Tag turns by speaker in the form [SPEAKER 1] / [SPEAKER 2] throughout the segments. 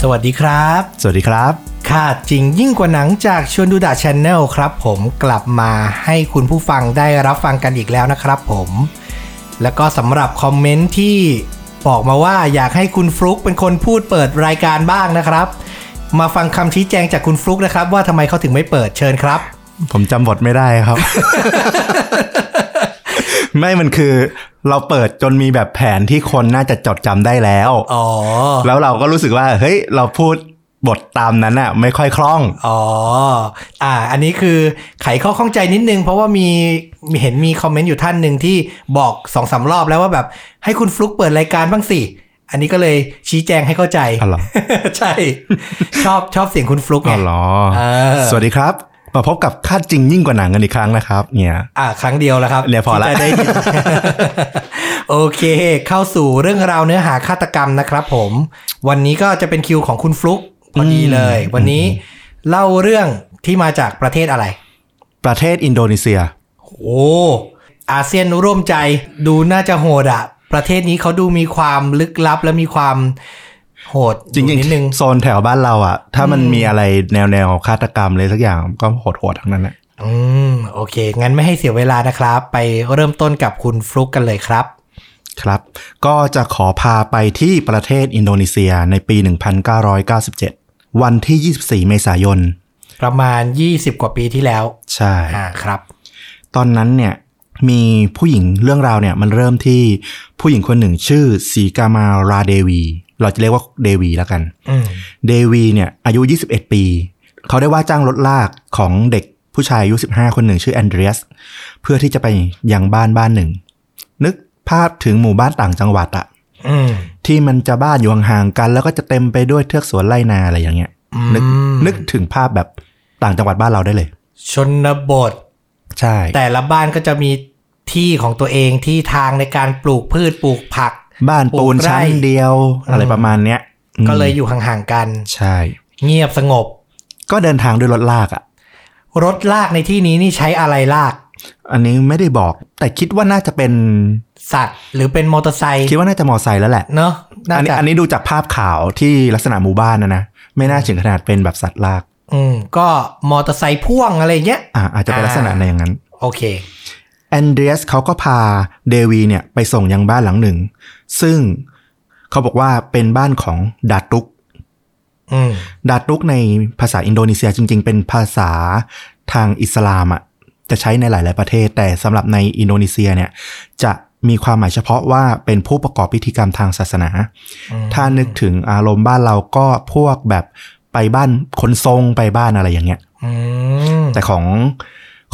[SPEAKER 1] สวัสดีครับ
[SPEAKER 2] สวัสดีครับ
[SPEAKER 1] ค่ะจริงยิ่งกว่าหนังจากชวนดูดาชแนลครับผมกลับมาให้คุณผู้ฟังได้รับฟังกันอีกแล้วนะครับผม แล้วก็สำหรับคอมเมนต์ที่บอกมาว่าอยากให้คุณฟลุกเป็นคนพูดเปิดรายการบ้างนะครับ มาฟังคำชี้แจงจากคุณฟลุกนะครับ ว่าทำไมเขาถึงไม่เปิดเชิญครับ
[SPEAKER 2] ผมจำบทไม่ได้ ครับ ไม่มันคือเราเปิดจนมีแบบแผนที่คนน่าจะจดจำได้แล้ว
[SPEAKER 1] อ๋อ
[SPEAKER 2] แล้วเราก็รู้สึกว่า เฮ้ย เราพูดบทตามนั้นอะไม่ค่อยคล่อง
[SPEAKER 1] อ๋อ อ่า อันนี้คือไขข้อข้องใจนิดนึง เพราะว่ามีมีเห็นมีคอมเมนต์อยู่ท่านหนึ่งที่บอกสองสารอบแล้วว่าแบบให้คุณฟลุกเปิดรายการบ้างสิ อันนี้ก็เลยชี้แจงให้เข้าใจ
[SPEAKER 2] อ๋อเหรอ
[SPEAKER 1] ใช่ ชอบชอบเสียงคุณฟลุกไง
[SPEAKER 2] อ๋อเหรอ
[SPEAKER 1] เออ
[SPEAKER 2] สวัสดีครับ มาพบกับคาดจริงยิ่งกว่าหนังกันอีกครั้งนะครับ เนี่ย
[SPEAKER 1] อ่าครั้งเดียวแล้วครับ
[SPEAKER 2] เนี่ยพอละ
[SPEAKER 1] ที่จได้ยิน โอเค เข้าสู่เรื่องราวเนื้อหาฆาตกรรมนะครับผม วันนี้ก็จะเป็นคิวของคุณฟลุกพอดีเลย วันนี้เล่าเรื่องที่มาจากประเทศอะไร
[SPEAKER 2] ประเทศอินโดนีเซีย
[SPEAKER 1] โอ้ อาเซียนร่วมใจดูน่าจะโหดอะประเทศนี้เขาดูมีความลึกลับและมีความโหด
[SPEAKER 2] จริง
[SPEAKER 1] อยู่นิดนึง
[SPEAKER 2] ๆโซนแถวบ้านเราอะถ้ามันมีอะไรแนวแนวๆฆาตกรรมเลยสักอย่างก็โหดๆทั้งนั้นแหละ
[SPEAKER 1] อืมโอเค งั้นไม่ให้เสียเวลานะครับ ไปเริ่มต้นกับคุณฟลุกกันเลยครับ
[SPEAKER 2] ครับ ก็จะขอพาไปที่ประเทศอินโดนีเซียในปี 1997 วันที่ 24 เมษายน
[SPEAKER 1] ประมาณ 20 กว่าปีที่แล้ว
[SPEAKER 2] ใช่
[SPEAKER 1] อ่าครับ
[SPEAKER 2] ตอนนั้นเนี่ยมีผู้หญิงเรื่องราวเนี่ยมันเริ่มที่ผู้หญิงคนหนึ่งชื่อสีกามาราเดวี เราจะเรียกว่าเดวีแล้วกัน
[SPEAKER 1] อืม
[SPEAKER 2] เดวีเนี่ยอายุ 21 ปี เขาได้ว่าจ้างรถลากของเด็กผู้ชายอายุ 15 คนหนึ่งชื่อแอนเดรียส เพื่อที่จะไปยังบ้านบ้านหนึ่ง นึกภาพถึงหมู่บ้านต่างจังหวัดอะ
[SPEAKER 1] อืม
[SPEAKER 2] ที่มันจะบ้านอยู่ห่างๆกัน แล้วก็จะเต็มไปด้วยเทือกสวนไร่นาอะไรอย่างเงี้ย นึกนึกถึงภาพแบบต่างจังหวัดบ้านเราได้เลย
[SPEAKER 1] ชนบท
[SPEAKER 2] ใช่
[SPEAKER 1] แต่ละบ้านก็จะมีที่ของตัวเองที่ทางในการปลูกพืชปลูกผัก
[SPEAKER 2] บ้านปูนชั้น
[SPEAKER 1] ปลูกไร่
[SPEAKER 2] เดียวอะไรประมาณเนี้ยอืม
[SPEAKER 1] ก็เลยอยู่ห่างๆกัน
[SPEAKER 2] ใช่
[SPEAKER 1] เงียบสงบ
[SPEAKER 2] ก็เดินทางด้วยรถลากอ่ะ
[SPEAKER 1] รถลากในที่นี้นี่ใช้อะไรลาก
[SPEAKER 2] อันนี้ไม่ได้บอก แต่คิดว่าน่าจะเป็น
[SPEAKER 1] สัตว์หรือเป็นมอเตอร์ไซค์
[SPEAKER 2] คิดว่าน่าจะมอไซค์แล้วแหละ
[SPEAKER 1] เนอะน่า
[SPEAKER 2] อันนี้
[SPEAKER 1] จะ
[SPEAKER 2] อันนี้ดูจากภาพข่าวที่ลักษณะหมู่บ้านนะนะไม่น่าถึงขนาดเป็นแบบสัตว์ลาก
[SPEAKER 1] อืมก็มอเตอร์ไซค์พ่วงอะไรเงี้ย
[SPEAKER 2] อ่าอาจจะเป็นลักษณะในอย่างนั้น
[SPEAKER 1] โอเค
[SPEAKER 2] แอนเดรียสเขาก็พาเดวีเนี่ยไปส่งยังบ้านหลังหนึ่ง ซึ่งเขาบอกว่าเป็นบ้านของดาตุก
[SPEAKER 1] อืม
[SPEAKER 2] ดาตุกในภาษาอินโดนีเซียจริงๆ เป็นภาษาทางอิสลามอะ่ะจะใช้ในหลาย ๆ ประเทศ แต่สำหรับในอินโดนีเซียเนี่ยจะมีความหมายเฉพาะว่าเป็นผู้ประกอบพิธีกรรมทางศาสนา ถ้านึกถึงอารมณ์บ้านเราก็พวกแบบไปบ้านคนทรงไปบ้านอะไรอย่างเงี้ย
[SPEAKER 1] อืม
[SPEAKER 2] แต่ของ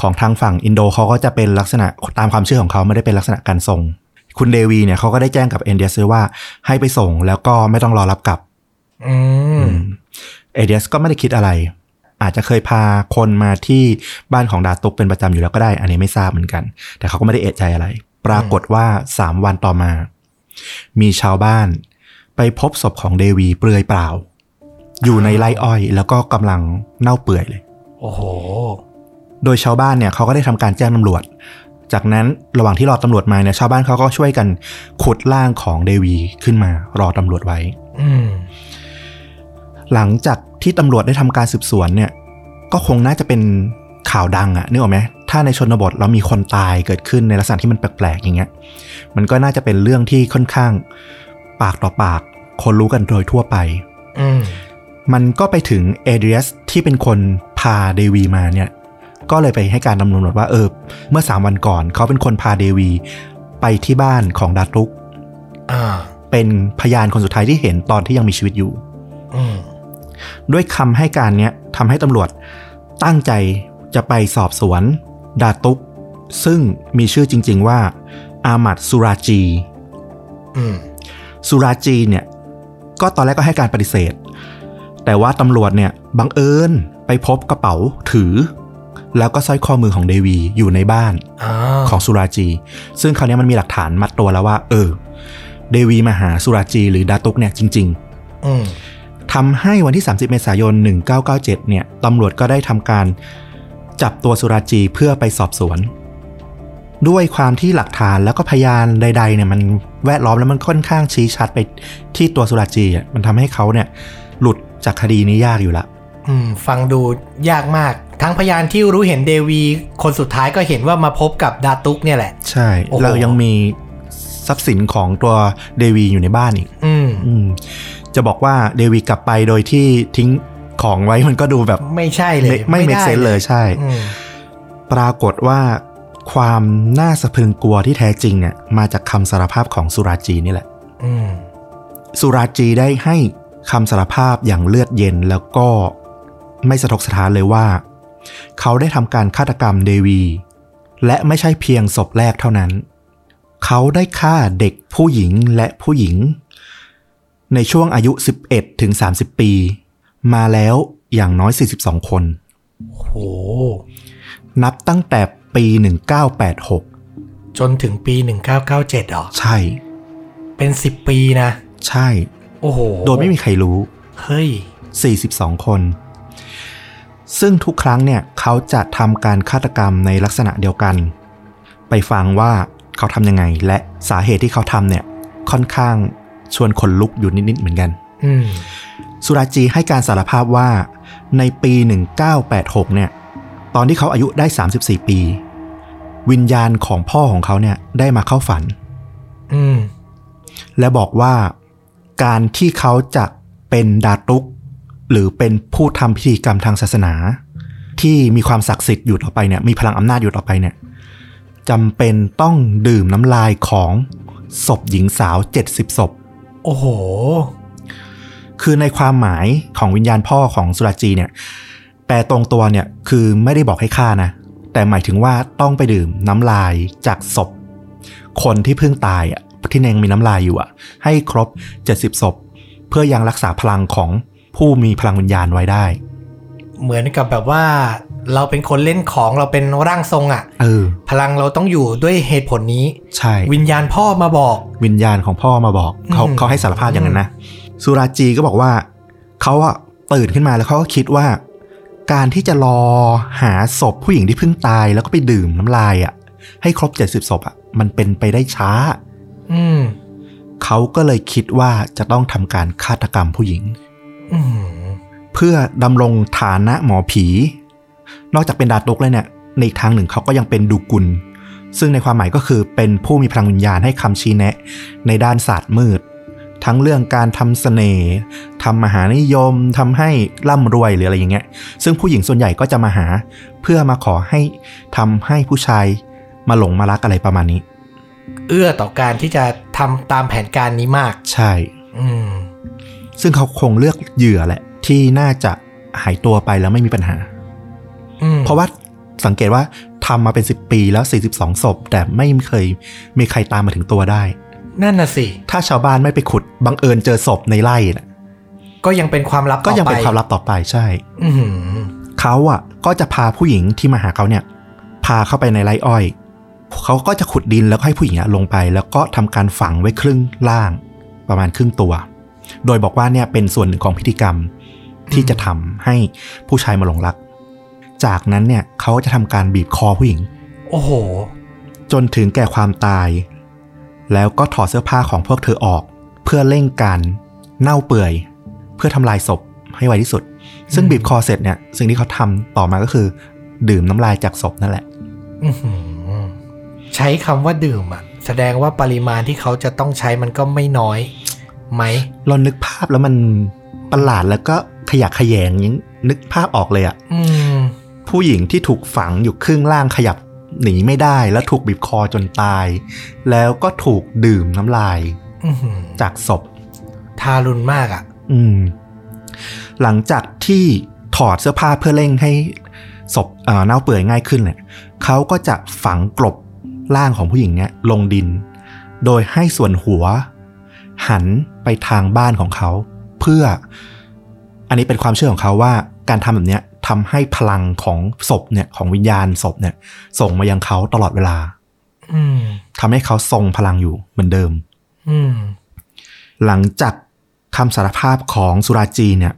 [SPEAKER 2] ของทางฝั่งอินโดเขาก็จะเป็นลักษณะตามความเชื่อของเขาไม่ได้เป็นลักษณะการส่ง คุณเดวีเนี่ยเขาก็ได้แจ้งกับเอนเดียสไว้ว่าให้ไปส่งแล้วก็ไม่ต้องรอรับกลับ
[SPEAKER 1] อืม
[SPEAKER 2] เอนเดียสก็ไม่ได้คิดอะไร อาจจะเคยพาคนมาที่บ้านของดาตุกเป็นประจำอยู่แล้วก็ได้ อันนี้ไม่ทราบเหมือนกัน แต่เขาก็ไม่ได้เอะใจอะไร ปรากฏว่า 3 วันต่อมา มีชาวบ้าน ไปพบศพของเดวีเปลือยเปล่า อยู่ในไร่อ้อย แล้วก็กำลังเน่าเปื่อยเลย
[SPEAKER 1] โอ้โห
[SPEAKER 2] โดยชาวบ้านเนี่ยเขาก็ได้ทำการแจ้งตำรวจ จากนั้นระหว่างที่รอตำรวจมาเนี่ยชาวบ้านเขาก็ช่วยกันขุดร่างของเดวีขึ้นมารอตำรวจไว้
[SPEAKER 1] อืม
[SPEAKER 2] หลังจากที่ตำรวจได้ทำการสืบสวนเนี่ยก็คงน่าจะเป็นข่าวดังอะนึกออกไหมถ้าในชนบทเรามีคนตายเกิดขึ้นในลักษณะที่มันแปลกๆอย่างเงี้ยมันก็น่าจะเป็นเรื่องที่ค่อนข้างปากต่อปาก คนรู้กันโดยทั่วไป
[SPEAKER 1] อืม
[SPEAKER 2] มันก็ไปถึงเอเดรียสที่เป็นคนพาเดวีมาเนี่ย ก็เลยไปให้การดำเนินว่าเออ เมื่อ 3 วันก่อนเขาเป็นคนพาเดวี ไปที่บ้านของดาตุก
[SPEAKER 1] อ่า
[SPEAKER 2] เป็นพยานคนสุดท้ายที่เห็นตอนที่ยังมีชีวิตอยู่
[SPEAKER 1] อืม
[SPEAKER 2] ด้วยคำให้การเนี้ยทำให้ตำรวจตั้งใจจะไปสอบสวนดาตุก ซึ่งมีชื่อจริง ๆ ว่า อามัดสุราจี
[SPEAKER 1] อืม
[SPEAKER 2] สุราจีเนี่ยก็ตอนแรกก็ให้การปฏิเสธ แต่ว่าตำรวจเนี่ยบังเอิญไปพบกระเป๋าถือ แล้วก็สร้อยข้อมือของเดวีอยู่ในบ้าน
[SPEAKER 1] อ่า
[SPEAKER 2] ของสุราจี ซึ่งคราวนี้มันมีหลักฐานมัดตัวแล้วว่า เออ เดวีมาหาสุราจีหรือดาตุกเนี่ยจริง
[SPEAKER 1] อืม
[SPEAKER 2] ๆทำให้วันที่ 30 เมษายน 1997 เนี่ยตำรวจก็ได้ทำการจับตัวสุราจีเพื่อไปสอบสวน ด้วยความที่หลักฐานแล้วก็พยานใดๆเนี่ยมันแวดล้อมแล้วมันค่อนข้างชี้ชัดไปที่ตัวสุราจีอ่ะมันทำให้เขาเนี่ย หลุดจากคดีนี้ยากอยู่ละ
[SPEAKER 1] อืมฟังดูยากมาก ทั้งพยานที่รู้เห็นเดวี คนสุดท้ายก็เห็นว่ามาพบกับดาตุกเนี่ยแหละ
[SPEAKER 2] ใช่
[SPEAKER 1] โอ้โห
[SPEAKER 2] เรายังมีทรัพย์สินของตัวเดวีอยู่ในบ้านอีก
[SPEAKER 1] อืม
[SPEAKER 2] อืม จะบอกว่าเดวีกลับไปโดยที่ทิ้งของไว้มันก็ดูแบบ
[SPEAKER 1] ไม่ใช่เลย
[SPEAKER 2] ไม่เมก
[SPEAKER 1] ด้
[SPEAKER 2] เซนเลยใช่
[SPEAKER 1] อืม
[SPEAKER 2] ปรากฏว่าความน่าสะพรึงกลัวที่แท้จริงเนี่ยมาจากคำสารภาพของสุราจีนี่แหละ
[SPEAKER 1] อืม
[SPEAKER 2] สุราจีได้ให้คำสารภาพอย่างเลือดเย็นแล้วก็ไม่สะทกสถานเลยว่า เขาได้ทำการฆาตกรรมเดวี และไม่ใช่เพียงศพแรกเท่านั้น เขาได้ฆ่าเด็กผู้หญิงและผู้หญิง ในช่วงอายุ 11ถึง30 ปี มาแล้วอย่างน้อย 42 คน
[SPEAKER 1] โห
[SPEAKER 2] นับตั้งแต่ปี 1986
[SPEAKER 1] จนถึงปี 1997เหรอ
[SPEAKER 2] ใช่
[SPEAKER 1] เป็น 10 ปีนะ
[SPEAKER 2] ใช่
[SPEAKER 1] โอ้โห
[SPEAKER 2] โดยไม่มีใครรู้
[SPEAKER 1] เฮ้ย
[SPEAKER 2] 42 คน ซึ่งทุกครั้งเนี่ยเขาจะทำการฆาตกรรมในลักษณะเดียวกัน ไปฟังว่าเขาทำยังไง และสาเหตุที่เขาทำเนี่ยค่อนข้างชวนขนลุกอยู่นิด ๆ เหมือนกัน
[SPEAKER 1] อืม
[SPEAKER 2] สุราจีให้การสารภาพว่าในปี 1986 เนี่ย ตอนที่เขาอายุได้ 34 ปี วิญญาณของพ่อของเขาเนี่ยได้มาเข้าฝัน
[SPEAKER 1] อืม
[SPEAKER 2] และบอกว่าการที่เขาจะเป็นดาตุก หรือเป็นผู้ทำพิธีกรรมทางศาสนา ที่มีความศักดิ์สิทธิ์อยู่ต่อไปเนี่ยมีพลังอำนาจอยู่ต่อไปเนี่ยจำเป็นต้องดื่มน้ำลายของศพหญิงสาว 70ศพ
[SPEAKER 1] โอ้โห
[SPEAKER 2] คือในความหมายของวิญญาณพ่อของสุราจีเนี่ยแปลตรงตัวเนี่ยคือไม่ได้บอกให้ฆ่านะ แต่หมายถึงว่าต้องไปดื่มน้ำลายจากศพ คนที่เพิ่งตายอ่ะที่ยังมีน้ำลายอยู่อ่ะ ให้ครบ 70ศพ เพื่อยังรักษาพลังของผู้มีพลังวิญญาณไว้ได้
[SPEAKER 1] เหมือนกับแบบว่า เราเป็นคนเล่นของเราเป็นร่างทรงอะ
[SPEAKER 2] เออ
[SPEAKER 1] พลังเราต้องอยู่ด้วยเหตุผลนี้
[SPEAKER 2] ใช่
[SPEAKER 1] วิญญาณพ่อมาบอก
[SPEAKER 2] วิญญาณของพ่อมาบอก เขา
[SPEAKER 1] อืม
[SPEAKER 2] เขาให้สารภาพอย่างนั้นนะสุราจีก็บอกว่าเขาอ่ะตื่นขึ้นมาแล้วเขาก็คิดว่า การที่จะรอหาศพผู้หญิงที่เพิ่งตายแล้วก็ไปดื่มน้ำลายอ่ะ ให้ครบ 70ศพอ่ะมันเป็นไปได้ช้า
[SPEAKER 1] อืม
[SPEAKER 2] เขาก็เลยคิดว่าจะต้องทำการฆาตกรรมผู้หญิง
[SPEAKER 1] อืม
[SPEAKER 2] เพื่อดำรงฐานะหมอผี นอกจากเป็นดาตุกแล้วเนี่ย ในอีกทางหนึ่งเขาก็ยังเป็นดูกุล ซึ่งในความหมายก็คือเป็นผู้มีพลังวิญญาณให้คำชี้แนะ ในด้านศาสตร์มืด ทั้งเรื่องการทำเสน่ห์ทำมหานิยมทำให้ร่ำรวยหรืออะไรอย่างเงี้ย ซึ่งผู้หญิงส่วนใหญ่ก็จะมาหา เพื่อมาขอให้ทำให้ผู้ชายมาหลงมารักอะไรประมาณนี้
[SPEAKER 1] เอื้อต่อการที่จะทำตามแผนการนี้มาก
[SPEAKER 2] ใช่
[SPEAKER 1] อืม
[SPEAKER 2] ซึ่งเขาคงเลือกเหยื่อแหละ ที่น่าจะหายตัวไปแล้วไม่มีปัญหา
[SPEAKER 1] อืม
[SPEAKER 2] เพราะว่าสังเกตว่าทำมาเป็น 10 ปีแล้ว 42ศพแต่ไม่เคยมีใครตามมาถึงตัวได้
[SPEAKER 1] นั่นน่ะสิ
[SPEAKER 2] ถ้าชาวบ้านไม่ไปขุดบังเอิญเจอศพในไร่นะ
[SPEAKER 1] ก็ยังเป็นความลับ
[SPEAKER 2] ก็ยัง
[SPEAKER 1] ต่อไ
[SPEAKER 2] เป็นความลับต่อไปใช่
[SPEAKER 1] อืม
[SPEAKER 2] เขาอ่ะก็จะพาผู้หญิงที่มาหาเขาเนี่ย พาเข้าไปในไร่อ้อย เขาก็จะขุดดินแล้วก็ให้ผู้หญิงอะลงไป แล้วก็ทำการฝังไว้ครึ่งล่างประมาณครึ่งตัว โดยบอกว่าเนี่ยเป็นส่วนหนึ่งของพิธีกรรมที่จะทำให้ผู้ชายมาหลงรัก จากนั้นเนี่ยเขาก็จะทำการบีบคอผู้หญิง
[SPEAKER 1] โอ้โห
[SPEAKER 2] จนถึงแก่ความตาย แล้วก็ถอดเสื้อผ้าของพวกเธอออก เพื่อเร่งการเน่าเปื่อย เพื่อทำลายศพให้ไวที่สุด ซึ่ง
[SPEAKER 1] อืม
[SPEAKER 2] บีบคอเสร็จเนี่ยสิ่งที่เขาทำต่อมาก็คือ ดื่มน้ำลายจากศพนั่นแหละ
[SPEAKER 1] อื้อหือใช้คำว่าดื่มอ่ะ แสดงว่าปริมาณที่เขาจะต้องใช้มันก็ไม่น้อยไหม
[SPEAKER 2] เรานึกภาพแล้วมันประหลาดแล้วก็ขยะแขยงยังนึกภาพออกเลยอะ
[SPEAKER 1] อืม
[SPEAKER 2] ผู้หญิงที่ถูกฝังอยู่ครึ่งล่างขยับหนีไม่ได้แล้วถูกบีบคอจนตาย แล้วก็ถูกดื่มน้ำลาย
[SPEAKER 1] อื้อหือ
[SPEAKER 2] จากศพ
[SPEAKER 1] ทารุณมากอ่ะ
[SPEAKER 2] อืมหลังจากที่ถอดเสื้อผ้าเพื่อเร่งให้ศพเอ่อเน่าเปื่อยง่ายขึ้นเนี่ยเขาก็จะฝังกลบร่างของผู้หญิงเนี่ยลงดิน โดยให้ส่วนหัว หันไปทางบ้านของเขา เพื่ออันนี้เป็นความเชื่อของเขาว่า การทำแบบเนี้ยทำให้พลังของศพเนี่ยของวิญญาณศพเนี่ย ส่งมายังเขาตลอดเวลา
[SPEAKER 1] อืม
[SPEAKER 2] ทำให้เขาทรงพลังอยู่เหมือนเดิม
[SPEAKER 1] อืม
[SPEAKER 2] หลังจากคำสารภาพของสุราจีเนี่ย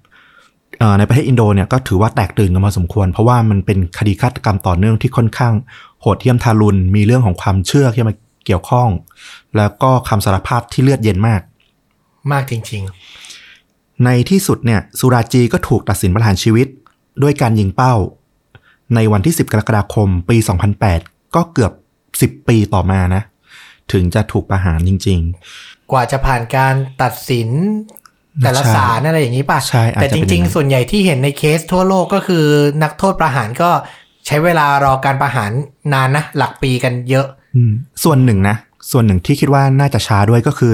[SPEAKER 2] เอ่อในประเทศอินโดเนี่ยก็ถือว่าแตกตื่นกันมาสมควร เพราะว่ามันเป็นคดีฆาตกรรมต่อเนื่องที่ค่อนข้างโหดเหี้ยมทารุณมีเรื่องของความเชื่อที่มาเกี่ยวข้อง แล้วก็คำสารภาพที่เลือดเย็นมาก
[SPEAKER 1] มากจริง
[SPEAKER 2] ในที่สุดเนี่ยสุราจีก็ถูกตัดสินประหารชีวิต ด้วยการยิงเป้า ในวันที่ 10 กรกฎาคมปี 2008 ก็เกือบ 10 ปีต่อมานะ ถึงจะถูกประหารจริง
[SPEAKER 1] กว่าจะผ่านการตัดสินแต่ละ
[SPEAKER 2] ใช่
[SPEAKER 1] ศาลอะไรอย่างนี้ป่ะ
[SPEAKER 2] ใช่อาจจะ
[SPEAKER 1] แต่จ
[SPEAKER 2] เป็นอ
[SPEAKER 1] ริ
[SPEAKER 2] ย่าง
[SPEAKER 1] ง
[SPEAKER 2] นั้
[SPEAKER 1] ๆ
[SPEAKER 2] น
[SPEAKER 1] ส่วนใหญ่ที่เห็นในเคสทั่วโลกก็คือนักโทษประหารก็ใช้เวลารอการประหารนานนะ หลักปีกันเยอะ
[SPEAKER 2] ๆอืมส่วนหนึ่งนะ ส่วนหนึ่งที่คิดว่าน่าจะช้าด้วยก็คือ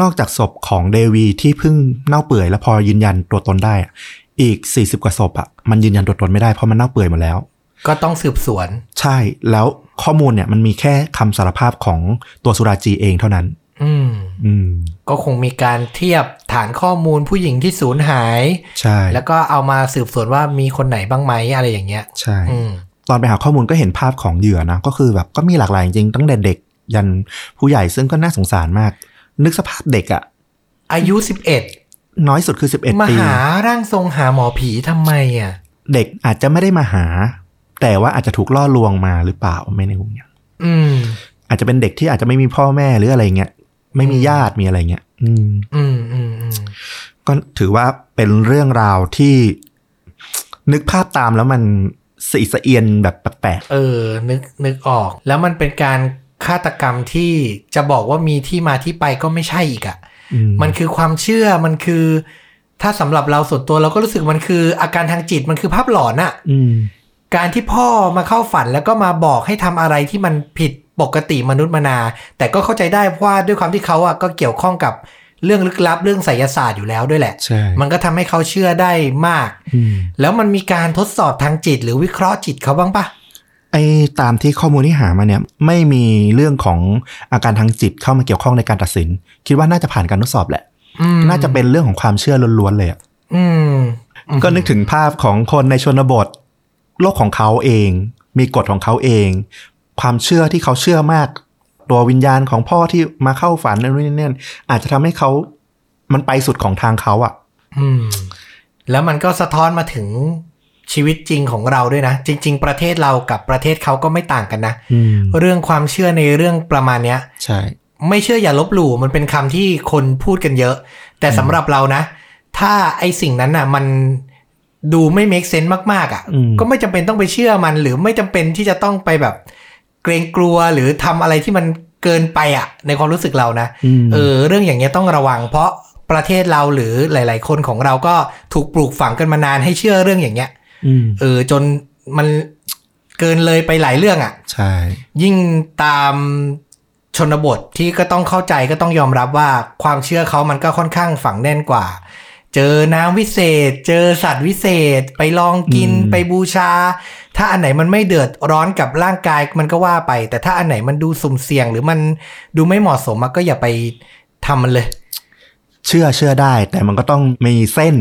[SPEAKER 2] นอกจากศพของเดวีที่เพิ่งเน่าเปื่อยแล้วพอยืนยันตัวตนได้อะอีก 40 กว่าศพอะมันยืนยันตัวตนไม่ได้เพราะมันเน่าเปื่อยหมดแล้ว
[SPEAKER 1] ก็ต้องสืบสวน
[SPEAKER 2] ใช่แล้วข้อมูลเนี่ยมันมีแค่คำสารภาพของตัวสุราจีเองเท่านั้น
[SPEAKER 1] อืม
[SPEAKER 2] อืม
[SPEAKER 1] ก็คงมีการเทียบฐานข้อมูลผู้หญิงที่สูญหาย
[SPEAKER 2] ใช่
[SPEAKER 1] แล้วก็เอามาสืบสวนว่ามีคนไหนบ้างไหมอะไรอย่างเงี้ย
[SPEAKER 2] ใช่
[SPEAKER 1] อืม
[SPEAKER 2] ตอนไปหาข้อมูลก็เห็นภาพของเหยื่อนะ ก็คือแบบก็มีหลากหลายจริงๆตั้งแต่เด็ก ยันผู้ใหญ่ซึ่งก็น่าสงสารมาก นึกสภาพเด็กอะ
[SPEAKER 1] อายุสิบเอ็ด
[SPEAKER 2] น้อยสุดคือ 11
[SPEAKER 1] มา
[SPEAKER 2] ปี
[SPEAKER 1] หาร่างทรงหาหมอผีทำไมอ่ะ
[SPEAKER 2] เด็กอาจจะไม่ได้มาหา แต่ว่าอาจจะถูกล่อลวงมาหรือเปล่าไม่ในวงเนี่ย
[SPEAKER 1] อืม
[SPEAKER 2] อาจจะเป็นเด็กที่อาจจะไม่มีพ่อแม่หรืออะไรเงี้ยไม่มีญาติมีอะไรเงี้ยอืม
[SPEAKER 1] อืมอืมอืม
[SPEAKER 2] ก็ถือว่าเป็นเรื่องราวที่ นึกภาพตามแล้วมันสะอิดสะเอียนแบบแปลก
[SPEAKER 1] เออ นึกนึกออก แล้วมันเป็นการฆาตกรรมที่จะบอกว่ามีที่มาที่ไปก็ไม่ใช่อีกอ่ะ
[SPEAKER 2] ๆอื
[SPEAKER 1] มันคือความเชื่อมันคือ ถ้าสำหรับเราส่วนตัวเราก็รู้สึกมันคืออาการทางจิตมันคือภาพหลอนอ่ะ
[SPEAKER 2] อืม
[SPEAKER 1] การที่พ่อมาเข้าฝันแล้วก็มาบอกให้ทำอะไรที่มันผิดปกติมนุษย์มนา แต่ก็เข้าใจได้เพราะว่าด้วยความที่เขาอ่ะก็เกี่ยวข้องกับเรื่องลึกลับเรื่องไสยศาสตร์อยู่แล้วด้วยแหละ
[SPEAKER 2] ใช่
[SPEAKER 1] มันก็ทำให้เขาเชื่อได้มาก
[SPEAKER 2] อืม
[SPEAKER 1] แล้วมันมีการทดสอบทางจิตหรือวิเคราะห์จิตเขาบ้างปะ
[SPEAKER 2] ไอ้ตามที่ข้อมูลที่หามาเนี่ย ไม่มีเรื่องของอาการทางจิตเข้ามาเกี่ยวข้องในการตัดสิน คิดว่าน่าจะผ่านการทดสอบแหละ
[SPEAKER 1] อืม
[SPEAKER 2] น่าจะเป็นเรื่องของความเชื่อล้วนๆเลยอะ
[SPEAKER 1] อืม
[SPEAKER 2] ก็นึกถึงภาพของคนในชนบท โลกของเขาเอง มีกฎของเขาเอง ความเชื่อที่เขาเชื่อมาก ตัววิญญาณของพ่อที่มาเข้าฝันนั่นนู่นนี่นั่นอาจจะทำให้เขามันไปสุดของทางเขาอะ
[SPEAKER 1] อืมแล้วมันก็สะท้อนมาถึงชีวิตจริงของเราด้วยนะ จริง ๆ ประเทศเรากับประเทศเขาก็ไม่ต่างกันนะ เรื่องความเชื่อในเรื่องประมาณเนี้ย
[SPEAKER 2] ใช่
[SPEAKER 1] ไม่เชื่ออย่าลบหลู่มันเป็นคำที่คนพูดกันเยอะ แต่สำหรับเรานะ ถ้าไอสิ่งนั้นน่ะ มันดูไม่เม e เซน s e มากๆอะ่ะ ก็ไม่จำเป็นต้องไปเชื่อมัน หรือไม่จำเป็นที่จะต้องไปแบบเกรงกลัวหรือทำอะไรที่มันเกินไปอะ่ะ ในความรู้สึกเรานะ
[SPEAKER 2] ม
[SPEAKER 1] เออ เรื่องอย่างเงี้ยต้องระวัง เพราะประเทศเราหรือหลาย ๆ คนของเราก็ถูกปลูกฝังกันมานานให้เชื่อเรื่องอย่างเงี้ย
[SPEAKER 2] ม
[SPEAKER 1] เออจนมันเกินเลยไปหลายเรื่องอ่ะ
[SPEAKER 2] ใช่
[SPEAKER 1] ยิ่งตามชนบทที่ก็ต้องเข้าใจก็ต้องยอมรับว่าความเชื่อเขามันก็ค่อนข้างฝังแน่นกว่า เจอน้ำวิเศษ เจอสัตว์วิเศษ ไปลองกิน
[SPEAKER 2] อืม
[SPEAKER 1] ไปบูชา ถ้าอันไหนมันไม่เดือดร้อนกับร่างกายมันก็ว่าไป แต่ถ้าอันไหนมันดูสุ่มเสี่ยง หรือมันดูไม่เหมาะสมอะก็อย่าไปทำมันเลย
[SPEAKER 2] เชื่อเชื่อได้ แต่มันก็ต้องมีเส้น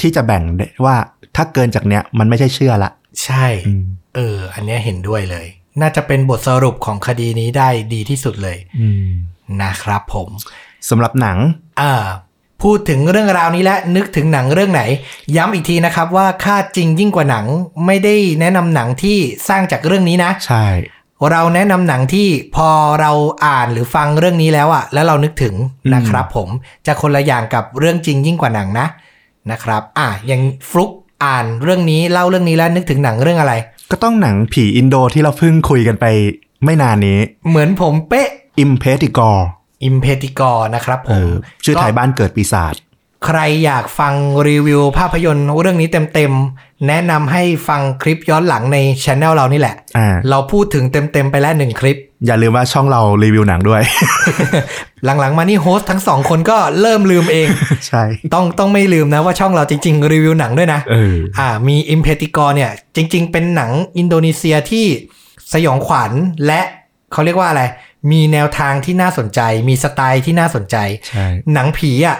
[SPEAKER 2] ที่จะแบ่งได้ว่าถ้าเกินจากเนี้ยมันไม่ใช่เชื่อละ
[SPEAKER 1] ใช่ เออ อันเนี้ยเห็นด้วยเลย น่าจะเป็นบทสรุปของคดีนี้ได้ดีที่สุดเลยนะครับผม
[SPEAKER 2] สำหรับหนัง
[SPEAKER 1] อ่าพูดถึงเรื่องราวนี้และนึกถึงหนังเรื่องไหน ย้ำอีกทีนะครับว่าค่าจริงยิ่งกว่าหนังไม่ได้แนะนำหนังที่สร้างจากเรื่องนี้นะ
[SPEAKER 2] ใช่
[SPEAKER 1] เราแนะนำหนังที่พอเราอ่านหรือฟังเรื่องนี้แล้วอะแล้วเรานึกถึงนะครับผมจะคนละอย่างกับเรื่องจริงยิ่งกว่าหนังนะนะครับอ่ะอย่างฟลุกอ่านเรื่องนี้เล่าเรื่องนี้แล้วนึกถึงหนังเรื่องอะไร
[SPEAKER 2] ก็ต้องหนังผีอินโดที่เราเพิ่งคุยกันไปไม่นานนี้
[SPEAKER 1] เหมือนผมเป๊ะ
[SPEAKER 2] i m p e t i g o r
[SPEAKER 1] อิมเพติกรนะครับผ
[SPEAKER 2] เอ
[SPEAKER 1] ม
[SPEAKER 2] อชื่อไทยบ้านเกิดปีศาจ
[SPEAKER 1] ใครอยากฟังรีวิวภาพยนตร์เรื่องนี้เต็มๆ แนะนำให้ฟังคลิปย้อนหลังในช anel เรานี่แหละ
[SPEAKER 2] อ่า
[SPEAKER 1] เราพูดถึงเต็มๆ ไปแล้วหนึ่งคลิป
[SPEAKER 2] อย่าลืมว่าช่องเรารีวิวหนังด้วย
[SPEAKER 1] หลังๆ มานี่โฮสต์ทั้งสองคนก็เริ่มลืม เอง
[SPEAKER 2] ใช่
[SPEAKER 1] ต้องต้องไม่ลืมนะว่าช่องเราจริงๆ รีวิวหนังด้วยนะ
[SPEAKER 2] เออ
[SPEAKER 1] อ่ามีอิมเพติกรเนี่ย จริงๆ เป็นหนังอินโดนีเซียที่สยองขวัญและเขาเรียกว่าอะไร มีแนวทางที่น่าสนใจ มีสไตล์ที่น่าสนใจ
[SPEAKER 2] ใช่
[SPEAKER 1] หนังผีอ่ะ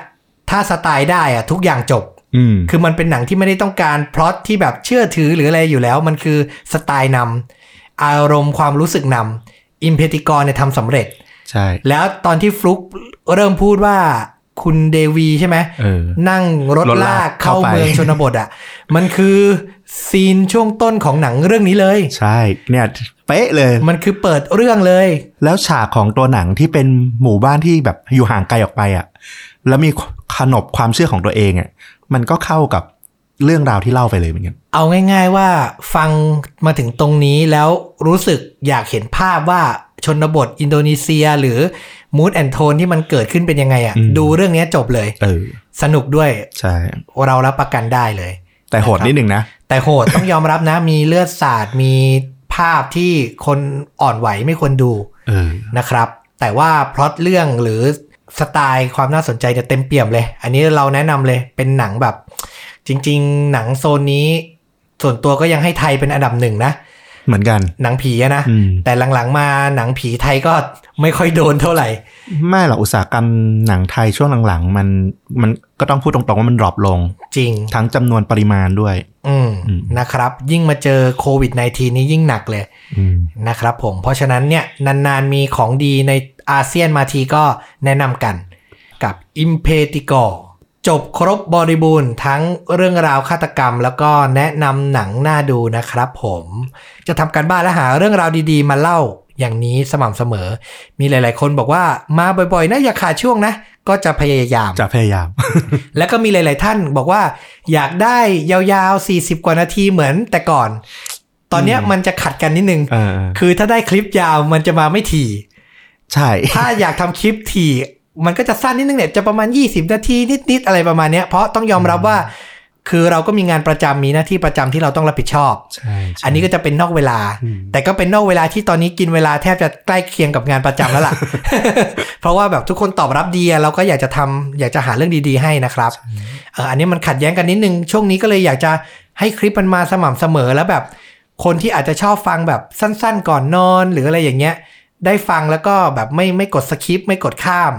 [SPEAKER 1] ถ้าสไตล์ได้อ่ะทุกอย่างจบ
[SPEAKER 2] อืม
[SPEAKER 1] คือมันเป็นหนังที่ไม่ได้ต้องการพล็อตที่แบบเชื่อถือหรืออะไรอยู่แล้ว มันคือสไตล์นำอารมณ์ความรู้สึกนำอิมเพติกรเนี่ยทำสำเร็จ
[SPEAKER 2] ใช่
[SPEAKER 1] แล้วตอนที่ฟลุกเริ่มพูดว่าคุณเดวีใช่ไหม
[SPEAKER 2] เออ
[SPEAKER 1] นั่งรถ
[SPEAKER 2] รถลาก
[SPEAKER 1] ลากเข้า
[SPEAKER 2] เข้าไป
[SPEAKER 1] เมืองชนบทอ่ะ มันคือซีนช่วงต้นของหนังเรื่องนี้เลย
[SPEAKER 2] ใช่ เนี่ย เป๊ะเลย
[SPEAKER 1] มันคือเปิดเรื่องเลย
[SPEAKER 2] แล้วฉากของตัวหนังที่เป็นหมู่บ้านที่แบบอยู่ห่างไกลออกไปอ่ะ แล้วมีขนบความเชื่อของตัวเองอ่ะมันก็เข้ากับเรื่องราวที่เล่าไปเลยเหมือนกัน
[SPEAKER 1] เอาง่าย ๆว่าฟังมาถึงตรงนี้แล้วรู้สึกอยากเห็นภาพว่าชนบทอินโดนีเซียหรือมูดแอนโทนที่มันเกิดขึ้นเป็นยังไงอะ่ะ
[SPEAKER 2] อืม
[SPEAKER 1] ดูเรื่องเนี้ยจบเลย
[SPEAKER 2] เออ
[SPEAKER 1] สนุกด้วย
[SPEAKER 2] ใช่
[SPEAKER 1] เรารับประกันได้เลย
[SPEAKER 2] แต่โหดนิดนึงนะ
[SPEAKER 1] แต่โหด ต้องยอมรับนะ มีเลือดสาดมีภาพที่คนอ่อนไหวไม่ควรดู
[SPEAKER 2] เออ
[SPEAKER 1] นะครับ แต่ว่าพล็อตเรื่องหรือสไตล์ความน่าสนใจเนี่ยเต็มเปี่ยมเลย อันนี้เราแนะนำเลยเป็นหนังแบบ จริง ๆ หนังโซนนี้ ส่วนตัวก็ยังให้ไทยเป็นอันดับหนึ่งนะ
[SPEAKER 2] เหมือนกัน
[SPEAKER 1] หนังผีอะนะ
[SPEAKER 2] อืม
[SPEAKER 1] แต่หลังๆมาหนังผีไทยก็ไม่ค่อยโดนเท่าไหร่
[SPEAKER 2] ไม่หรอกอุตสาหกรรมหนังไทยช่วงหลังๆ มันมันก็ต้องพูดตรงๆว่ามันดรอปลง
[SPEAKER 1] จริง
[SPEAKER 2] ทั้งจำนวนปริมาณด้วย
[SPEAKER 1] อืม
[SPEAKER 2] อืม
[SPEAKER 1] นะครับ ยิ่งมาเจอโควิด -19 นี้ยิ่งหนักเลย
[SPEAKER 2] อืม
[SPEAKER 1] นะครับผม เพราะฉะนั้นเนี่ยนานๆมีของดีในอาเซียนมาทีก็แนะนำกันกับ i m p e t i g o จบครบบริบูรณ์ทั้งเรื่องราวฆาตกรรม แล้วก็แนะนำหนังน่าดูนะครับผม จะทำการบ้านและหาเรื่องราวดีๆ มาเล่าอย่างนี้สม่ำเสมอ มีหลายๆคนบอกว่ามาบ่อยๆนะอย่าขาดช่วงนะ ก็จะพยายาม
[SPEAKER 2] จะพยายาม
[SPEAKER 1] แล้วก็มีหลาย ๆ ท่านบอกว่า อยากได้ยาวๆ 40 กว่านาทีเหมือนแต่ก่อน ตอนเนี้ย
[SPEAKER 2] อืม
[SPEAKER 1] มันจะขัดกันนิดนึง
[SPEAKER 2] เออ
[SPEAKER 1] คือถ้าได้คลิปยาวมันจะมาไม่ถี่
[SPEAKER 2] ใช่
[SPEAKER 1] ถ้าอยากทำคลิปถี่ มันก็จะสั้นนิดนึงเนี่ย จะประมาณ 20 นาทีนิด ๆ อะไรประมาณเนี้ย เพราะต้องยอมรับว่า คือเราก็มีงานประจำมีหน้าที่ประจำที่เราต้องรับผิดชอบ
[SPEAKER 2] ใช่ใช่
[SPEAKER 1] อันนี้ก็จะเป็นนอกเวลา
[SPEAKER 2] อืม
[SPEAKER 1] แต่ก็เป็นนอกเวลาที่ตอนนี้กินเวลาแทบจะใกล้เคียงกับงานประจำแล้ว ล่ะ เพราะว่าแบบทุกคนตอบรับดีอะเราก็อยากจะทำอยากจะหาเรื่องดีๆให้นะครับเอออันนี้มันขัดแย้งกันนิดนึง ช่วงนี้ก็เลยอยากจะให้คลิปมันมาสม่ำเสมอแล้วแบบ คนที่อาจจะชอบฟังแบบสั้นๆ ก่อนนอน หรืออะไรอย่างเงี้ย ได้ฟังแล้วก็แบบไม่ไม่กดสคิปไม่กดข้าม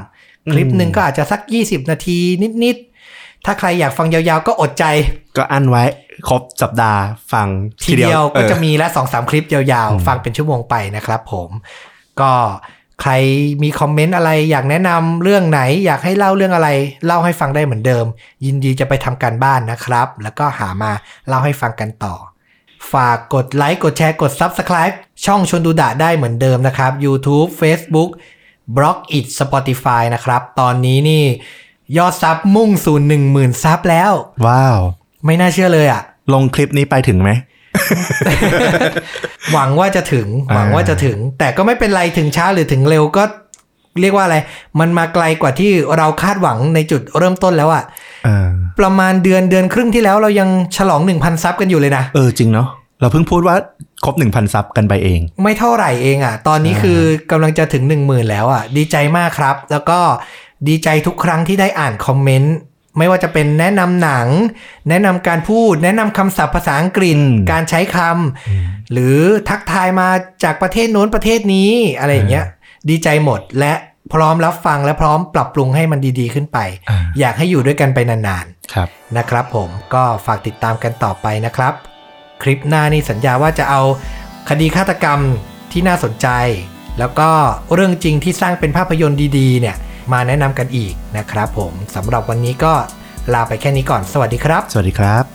[SPEAKER 1] คลิปหนึ่งก็อาจจะสัก 20 นาทีนิดๆถ้าใครอยากฟังยาวๆ ก็อดใจ
[SPEAKER 2] ก็อั้นไว้ ครบสัปดาห์ฟัง
[SPEAKER 1] ทีเดียว
[SPEAKER 2] เอ
[SPEAKER 1] ก็
[SPEAKER 2] อ
[SPEAKER 1] จะมีละสองสามคลิปยาว
[SPEAKER 2] อืม
[SPEAKER 1] ๆ ฟังเป็นชั่วโมงไปนะครับผม ก็ใครมีคอมเมนต์อะไรอยากแนะนำเรื่องไหน อยากให้เล่าเรื่องอะไร เล่าให้ฟังได้เหมือนเดิม ยินดีจะไปทำการบ้านนะครับ แล้วก็หามาเล่าให้ฟังกันต่อ ฝากกดไลค์กดแชร์กด Subscribe ช่องชวนดูดะได้เหมือนเดิมนะครับ YouTube Facebook b l o g i t Spotify นะครับ ตอนนี้นี่ยอดซับมุ่งสู่1 0,000ซับแล้ว
[SPEAKER 2] ว้าว
[SPEAKER 1] ไม่น่าเชื่อเลยอ่ะ
[SPEAKER 2] ลงคลิปนี้ไปถึงไหม
[SPEAKER 1] หวังว่าจะถึงหวังว่าจะถึง แต่ก็ไม่เป็นไรถึงช้าหรือถึงเร็วก็ เรียกว่าอะไร มันมาไกลกว่าที่เราคาดหวังในจุดเริ่มต้นแล้วอะ
[SPEAKER 2] เออ
[SPEAKER 1] ประมาณเดือนเดือนครึ่งที่แล้วเรายังฉลอง 1,000 ซับกันอยู่เลยนะ
[SPEAKER 2] เออจริงเนาะ เราเพิ่งพูดว่าครบ 1,000 ซับกันไปเอง
[SPEAKER 1] ไม่เท่าไหร่เองอะตอนนี้คือกำลังจะถึง 1 0,000 แล้วอะดีใจมากครับ แล้วก็ดีใจทุกครั้งที่ได้อ่านคอมเมนต์ไม่ว่าจะเป็นแนะนำหนัง แนะนำการพูด แนะนำคำศัพท์ภาษาอังกฤษ
[SPEAKER 2] อืม
[SPEAKER 1] การใช้คำ หรือทักทายมาจากประเทศโน้นประเทศนี้อะไรอย่างเงี้ย ดีใจหมดและพร้อมรับฟังและพร้อมปรับปรุงให้มันดีๆขึ้นไป
[SPEAKER 2] อ่า
[SPEAKER 1] อยากให้อยู่ด้วยกันไปนาน
[SPEAKER 2] ครับ
[SPEAKER 1] ๆนะครับผมก็ฝากติดตามกันต่อไปนะครับ คลิปหน้านี่สัญญาว่าจะเอาคดีฆาตกรรมที่น่าสนใจ แล้วก็เรื่องจริงที่สร้างเป็นภาพยนตร์ดีๆ เนี่ยมาแนะนำกันอีกนะครับผมสำหรับวันนี้ก็ลาไปแค่นี้ก่อน สวัสดีครับ
[SPEAKER 2] สวัสดีครับ